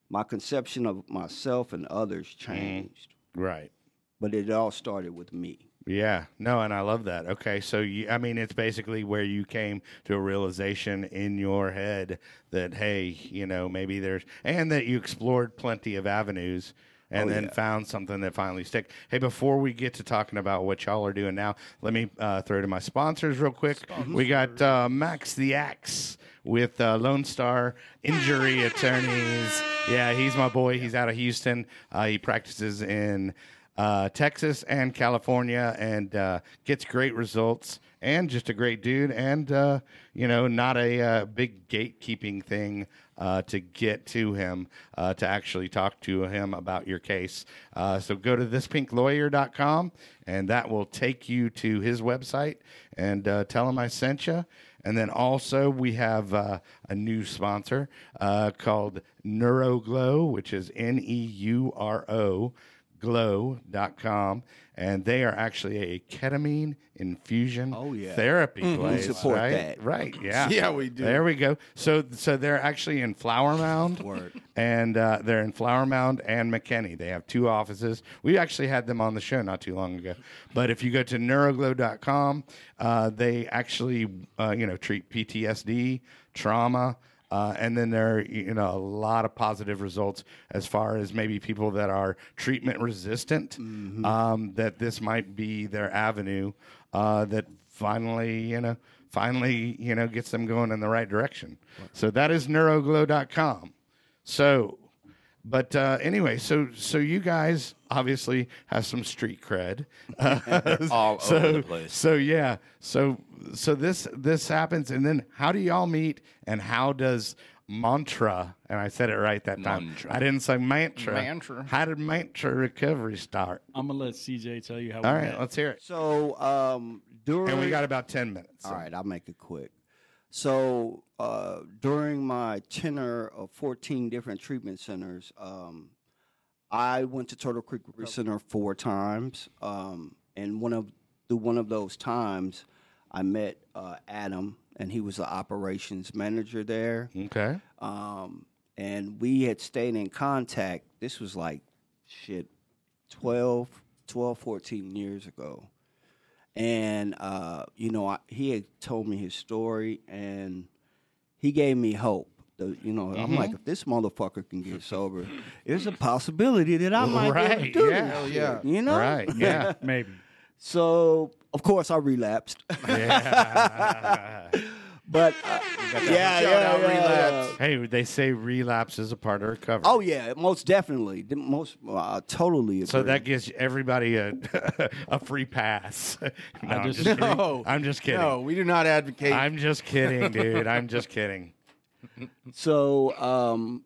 A: my conception of myself and others
D: Mm-hmm.
A: changed,
D: right.
A: but it all started with me.
D: Yeah, no, and I love that. Okay, so you, I mean, it's basically where you came to a realization in your head that hey, you know, maybe there's, and that you explored plenty of avenues, and then found something that finally stick. Hey, before we get to talking about what y'all are doing now, let me uh, throw to my sponsors real quick. We got uh, Max the Axe with uh, Lone Star Injury Attorneys. Yeah, he's my boy. He's out of Houston. Uh, he practices in uh, Texas and California, and uh, gets great results. And just a great dude, and uh, you know, not a uh, big gatekeeping thing uh, to get to him uh, to actually talk to him about your case. Uh, so go to thispinklawyer.com, and that will take you to his website. And uh, tell him I sent you. And then also we have uh, a new sponsor uh, called NeuroGlow, which is N E U R O glow.com and they are actually a ketamine infusion
A: Oh, yeah.
D: therapy place
A: support
D: right?
A: that.
D: right yeah
E: Yeah, we do.
D: there we go so so they're actually in flower mound
A: Word.
D: and uh, they're in flower mound and mckinney they have two offices we actually had them on the show not too long ago but if you go to neuroglow.com uh, they actually uh, you know treat ptsd trauma uh, and then there are you know a lot of positive results as far as maybe people that are treatment resistant um, that this might be their avenue uh, that finally you know finally you know gets them going in the right direction so that is neuroglow.com so but uh, anyway so so you guys obviously have some street cred
C: all
D: so,
C: over the place.
D: So yeah, so so this this happens, and then how do y'all meet, and how does mantra? And I said it right that time.
C: Mantra.
D: I didn't say mantra.
E: Mantra.
D: How did mantra recovery start?
G: I'm gonna let CJ tell
C: Oh,
G: you how.
D: All
G: we
D: right,
G: met.
D: let's hear it.
A: So um, during
D: And we got about ten minutes.
A: All right, I'll make it quick. So uh, during my tenure of 14 different treatment centers, um, I went to Turtle Creek Recovery Center four times, um, and one of through one of those times, I met uh, Adam, and he was the operations manager there.
D: Okay.
A: Um, and we had stayed in contact. This was like shit 12, 12 14 years ago. And, uh, you know, I, he had told me his story and he gave me hope. The- you know,
D: Mm-hmm.
A: I'm like, if this motherfucker can get sober, there's a possibility that I might be able to
D: Right,
A: do
D: yeah.
A: this
E: Hell
A: shit,
E: yeah.
A: You know?
D: All right. Yeah.
G: Maybe.
A: So, of course, I relapsed.
D: yeah.
A: But, uh, yeah, yeah,
E: Shout out
A: yeah,
E: relapse.
A: yeah.
D: hey, they say relapse is a part of recovery.
A: Oh yeah, most definitely. The Most uh, totally. Agree.
D: So that gives everybody a a free pass. No, I'm
G: just-
D: just kidding.
E: No.
D: I'm just kidding.
E: No, we do not advocate.
D: I'm just kidding, dude. I'm just kidding.
A: So um,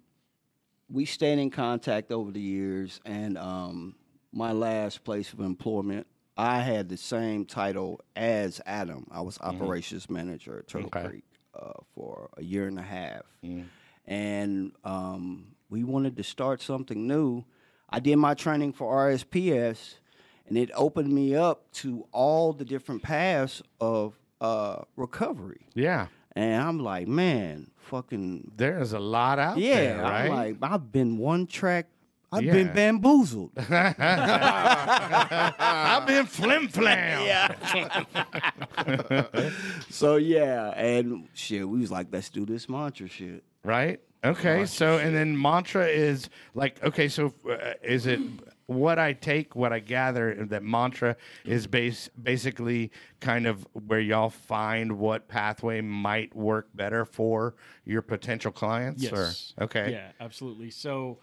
A: we stayed in contact over the years, and um, my last place of employment, I had the same title as Adam. I was operations manager at Turtle
D: Okay.
A: Creek uh, for a year and a half, and um, we wanted to start something new. I did my training for RSPS, and it opened me up to all the different paths of uh, recovery.
D: Yeah.
A: And I'm like, man, fucking
D: There is a lot out
A: yeah,
D: there, right?
A: I'm like, I've been one track. I've
D: Yeah.
A: been bamboozled.
D: I've been flim flam.
A: so yeah, and shit, we was like, let's do this mantra shit.
D: Right? Okay. so, and then mantra is like, okay, so uh, is it what I take, what I gather, that mantra is base, basically kind of where y'all find what pathway might work better for your potential clients?
G: Yes.
D: Or, okay.
G: Yeah, absolutely. So,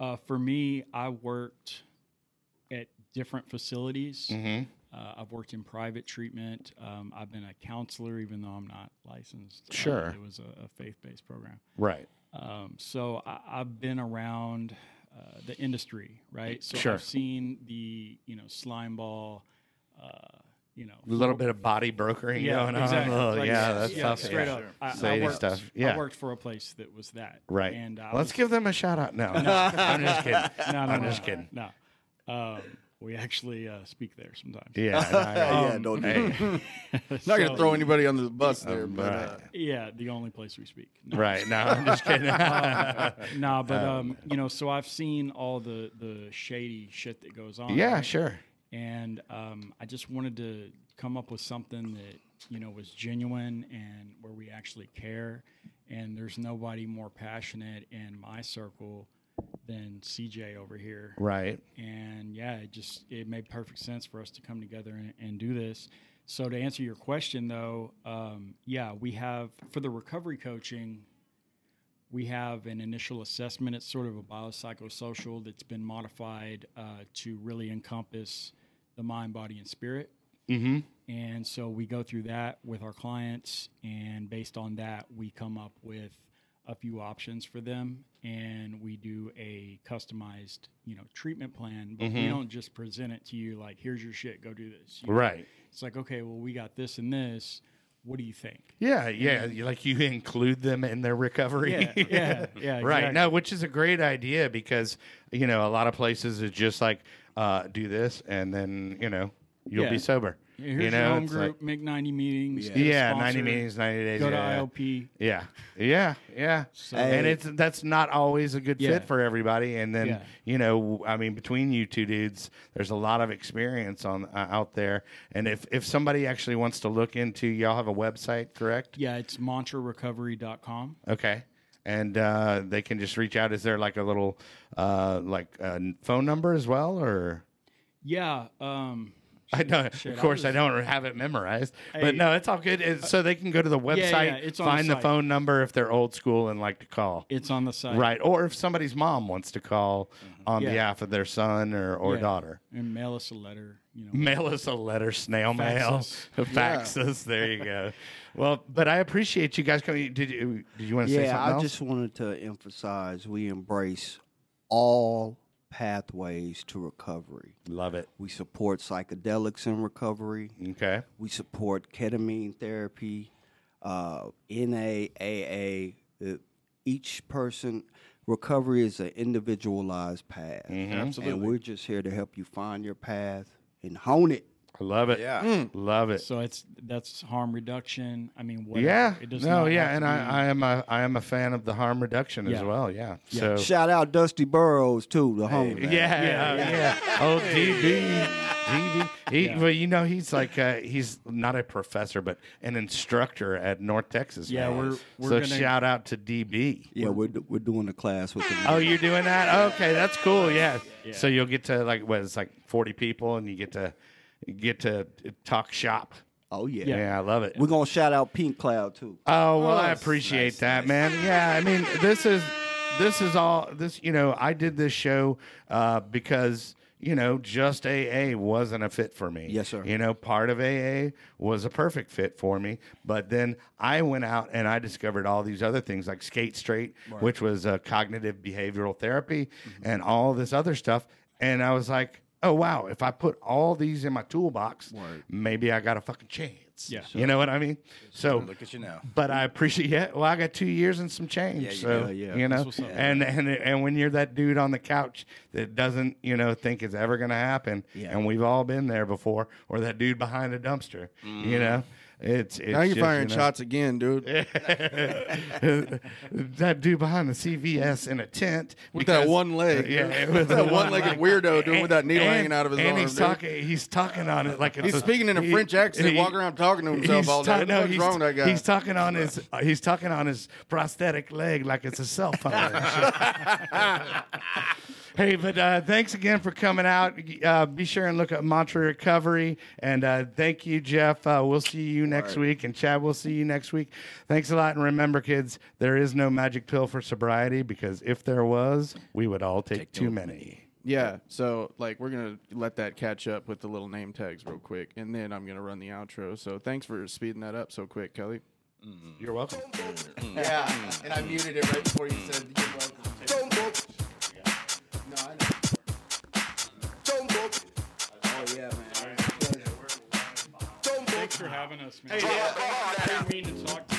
G: uh, for me, I worked at different facilities.
D: Mm-hmm.
G: Uh, I've worked in private treatment. Um, I've been a counselor, even though I'm not licensed. Uh,
D: Sure.
G: it was a, a faith-based program.
D: Right.
G: Um, so I, I've been around uh, the industry, right? So
D: Sure.
G: I've seen the you know slime ball, uh, you know,
D: A little bit of body brokering going on. Oh,
G: Like,
D: yeah, that's tough.
G: Straight
D: yeah.
G: up, I, I
D: Sadie
G: worked,
D: stuff. Yeah.
G: I worked for a place that was that.
D: Right.
G: And I
D: Let's
G: was-
D: give them a shout out now. I'm just kidding.
G: No, no,
D: I'm
G: no,
D: just kidding.
G: No, um, we actually uh, speak there sometimes.
D: Yeah. no, I-
A: yeah, don't do
D: Um, hey.
E: not going
G: So-
E: to throw anybody under the bus there, but uh,
G: Yeah, the only place we speak. No.
D: Right. Oh, No, I'm just kidding.
G: Nah, but um, you know, so I've seen all the the shady shit that goes on.
D: yeah,
G: right?
D: sure.
G: and um, I just wanted to come up with something that you know was genuine and where we actually care. And there's nobody more passionate in my circle than CJ over here.
D: Right.
G: And yeah, it just it made perfect sense for us to come together and, and do this. So to answer your question though, um, yeah, we have for the recovery coaching. We have an initial assessment. It's sort of a biopsychosocial that's been modified uh, to really encompass the mind, body, and spirit.
D: Mm-hmm.
G: And so we go through that with our clients, and based on that, we come up with a few options for them, and we do a customized, you know, treatment plan. But we
D: Mhm.
G: don't just present it to you like, "Here's your shit, go do this." You know,
D: Right.
G: It's like, okay, well, we got this and this. What do you think?
D: Yeah, yeah. you- Like you include them in their recovery.
G: Yeah, yeah, yeah.
D: Right.
G: exactly.
D: No, which is a great idea because, you know, a lot of places is just like, uh, do this, and then you know you'll
G: Yeah.
D: be sober.
G: Yeah, here's
D: you know,
G: your home
D: it's like-
G: group, make 90 meetings. get a
D: yeah, ninety
G: sponsor,
D: meetings, ninety days.
G: Go to
D: yeah, yeah.
G: IOP.
D: Yeah, yeah, yeah. and
A: Hey.
D: it's that's not always a good
G: Yeah.
D: fit for everybody. And then
G: Yeah.
D: you know, I mean, between you two dudes, there's a lot of experience on uh, out there. And if if somebody actually wants to look into, y'all have a website, correct?
G: Yeah, it's mantrarecovery.com.
D: Okay. And uh, they can just reach out. Is there like a little uh, like uh, n- phone number as well, or?
G: Yeah. Um,
D: I know.
G: shit,
D: of
G: I
D: course, I,
G: was-
D: don't have it memorized, but
G: Hey.
D: no, it's all good. It's, so they can go to the website,
G: yeah, it's on the
D: find the
G: site.
D: phone number if they're old school and like to call.
G: it's on the site.
D: Right. Or if somebody's mom wants to call on
G: Yeah.
D: behalf of their son or, or
G: Mm-hmm. Yeah.
D: daughter, Mm-hmm.
G: And mail us a letter. You know.
D: mail us a letter, snail
G: Fax
D: mail, fax us. There you go. well, but I appreciate you guys coming. Did you, did you want to say
A: Yeah,
D: something
A: I
D: else?
A: just wanted to emphasize we embrace all pathways to recovery.
D: Love it.
A: We support psychedelics in recovery.
D: Okay.
A: We support ketamine therapy, uh, NAAA. Uh, each person recovery is an individualized path,
D: Mm-hmm.
A: and we're just here to help you find your path and hone it.
D: I love it.
C: Yeah.
D: Love it.
G: So Mm. it's that's harm reduction. I mean, whatever.
D: yeah.
G: It does
D: no,
G: not
D: yeah,
G: have
D: and
G: to be-
D: I, I am a I am a fan of the harm reduction as
G: Yeah.
D: well. Yeah. So
A: Shout out Dusty Burrows too, the homie.
D: Yeah, yeah, yeah. Oh, DB, DB. He,
G: Yeah.
D: Well, you know, he's like uh, he's not a professor, but an instructor at North Texas.
G: Yeah,
D: now.
G: we're- we're
D: so
G: gonna-
D: shout out to DB.
A: Yeah, we're do- we're doing a class with him.
D: Oh, you're doing that? Okay, that's cool. Yeah. So you'll get to like what it's like forty people, and you get to you get to talk shop.
A: Oh yeah.
D: Yeah, I love it.
A: We're gonna shout out Pink Cloud too.
D: Oh well, I appreciate that, man. Yeah, I mean, this is this is all this. You know, I did this show uh, because you know just AA wasn't a fit for me.
A: Yes, sir.
D: You know, part of AA was a perfect fit for me, but then I went out and I discovered all these other things like Skate Straight, which was uh, cognitive behavioral therapy, and all this other stuff, and I was like. Oh wow! If I put all these in my toolbox, maybe I got a fucking chance.
G: Yeah.
D: you know what I mean. So
C: Look at you now.
D: but I appreciate. Yeah, well, I got two years and some change.
C: you
D: so
A: do. Yeah, yeah.
D: you know,
G: That's what's up.
D: and and and when you're that dude on the couch that doesn't you know think it's ever going to happen,
A: Yeah.
D: and we've all been there before, or that dude behind a dumpster,
E: Mm-hmm.
D: you know, it's, it's
E: Now you're
D: just,
E: firing
D: you know,
E: shots again, dude.
D: that dude behind the CVS in a tent
E: With that one leg,
D: yeah,
E: dude. That one-legged weirdo, dude, with that needle hanging out of his
D: and
E: arm,
D: he's
E: dude.
D: talking, he's talking on it like it's
E: He's speaking in a French accent, walking around talking to himself all day.
D: ta-
E: What the fuck's
D: he's,
E: wrong with that guy?
D: He's talking on his uh, he's talking on his prosthetic leg like it's a cell phone. and shit. hey, but uh, thanks again for coming out. Uh, be sure and look at Mantra Recovery. And uh, thank you, Jeff. Uh, we'll see you next week, and Chad, we'll see you next week. Thanks a lot, and remember, kids, there is no magic pill for sobriety because if there was, we would all take, too many.
E: Yeah, so like we're gonna let that catch up with the little name tags real quick, and then I'm gonna run the outro. So thanks for speeding that up so quick, Kelly.
D: You're welcome.
H: Yeah, and I muted it right before you said you're welcome.
A: Oh,
G: Thanks for having us, man. Hey, I didn't mean to talk to you.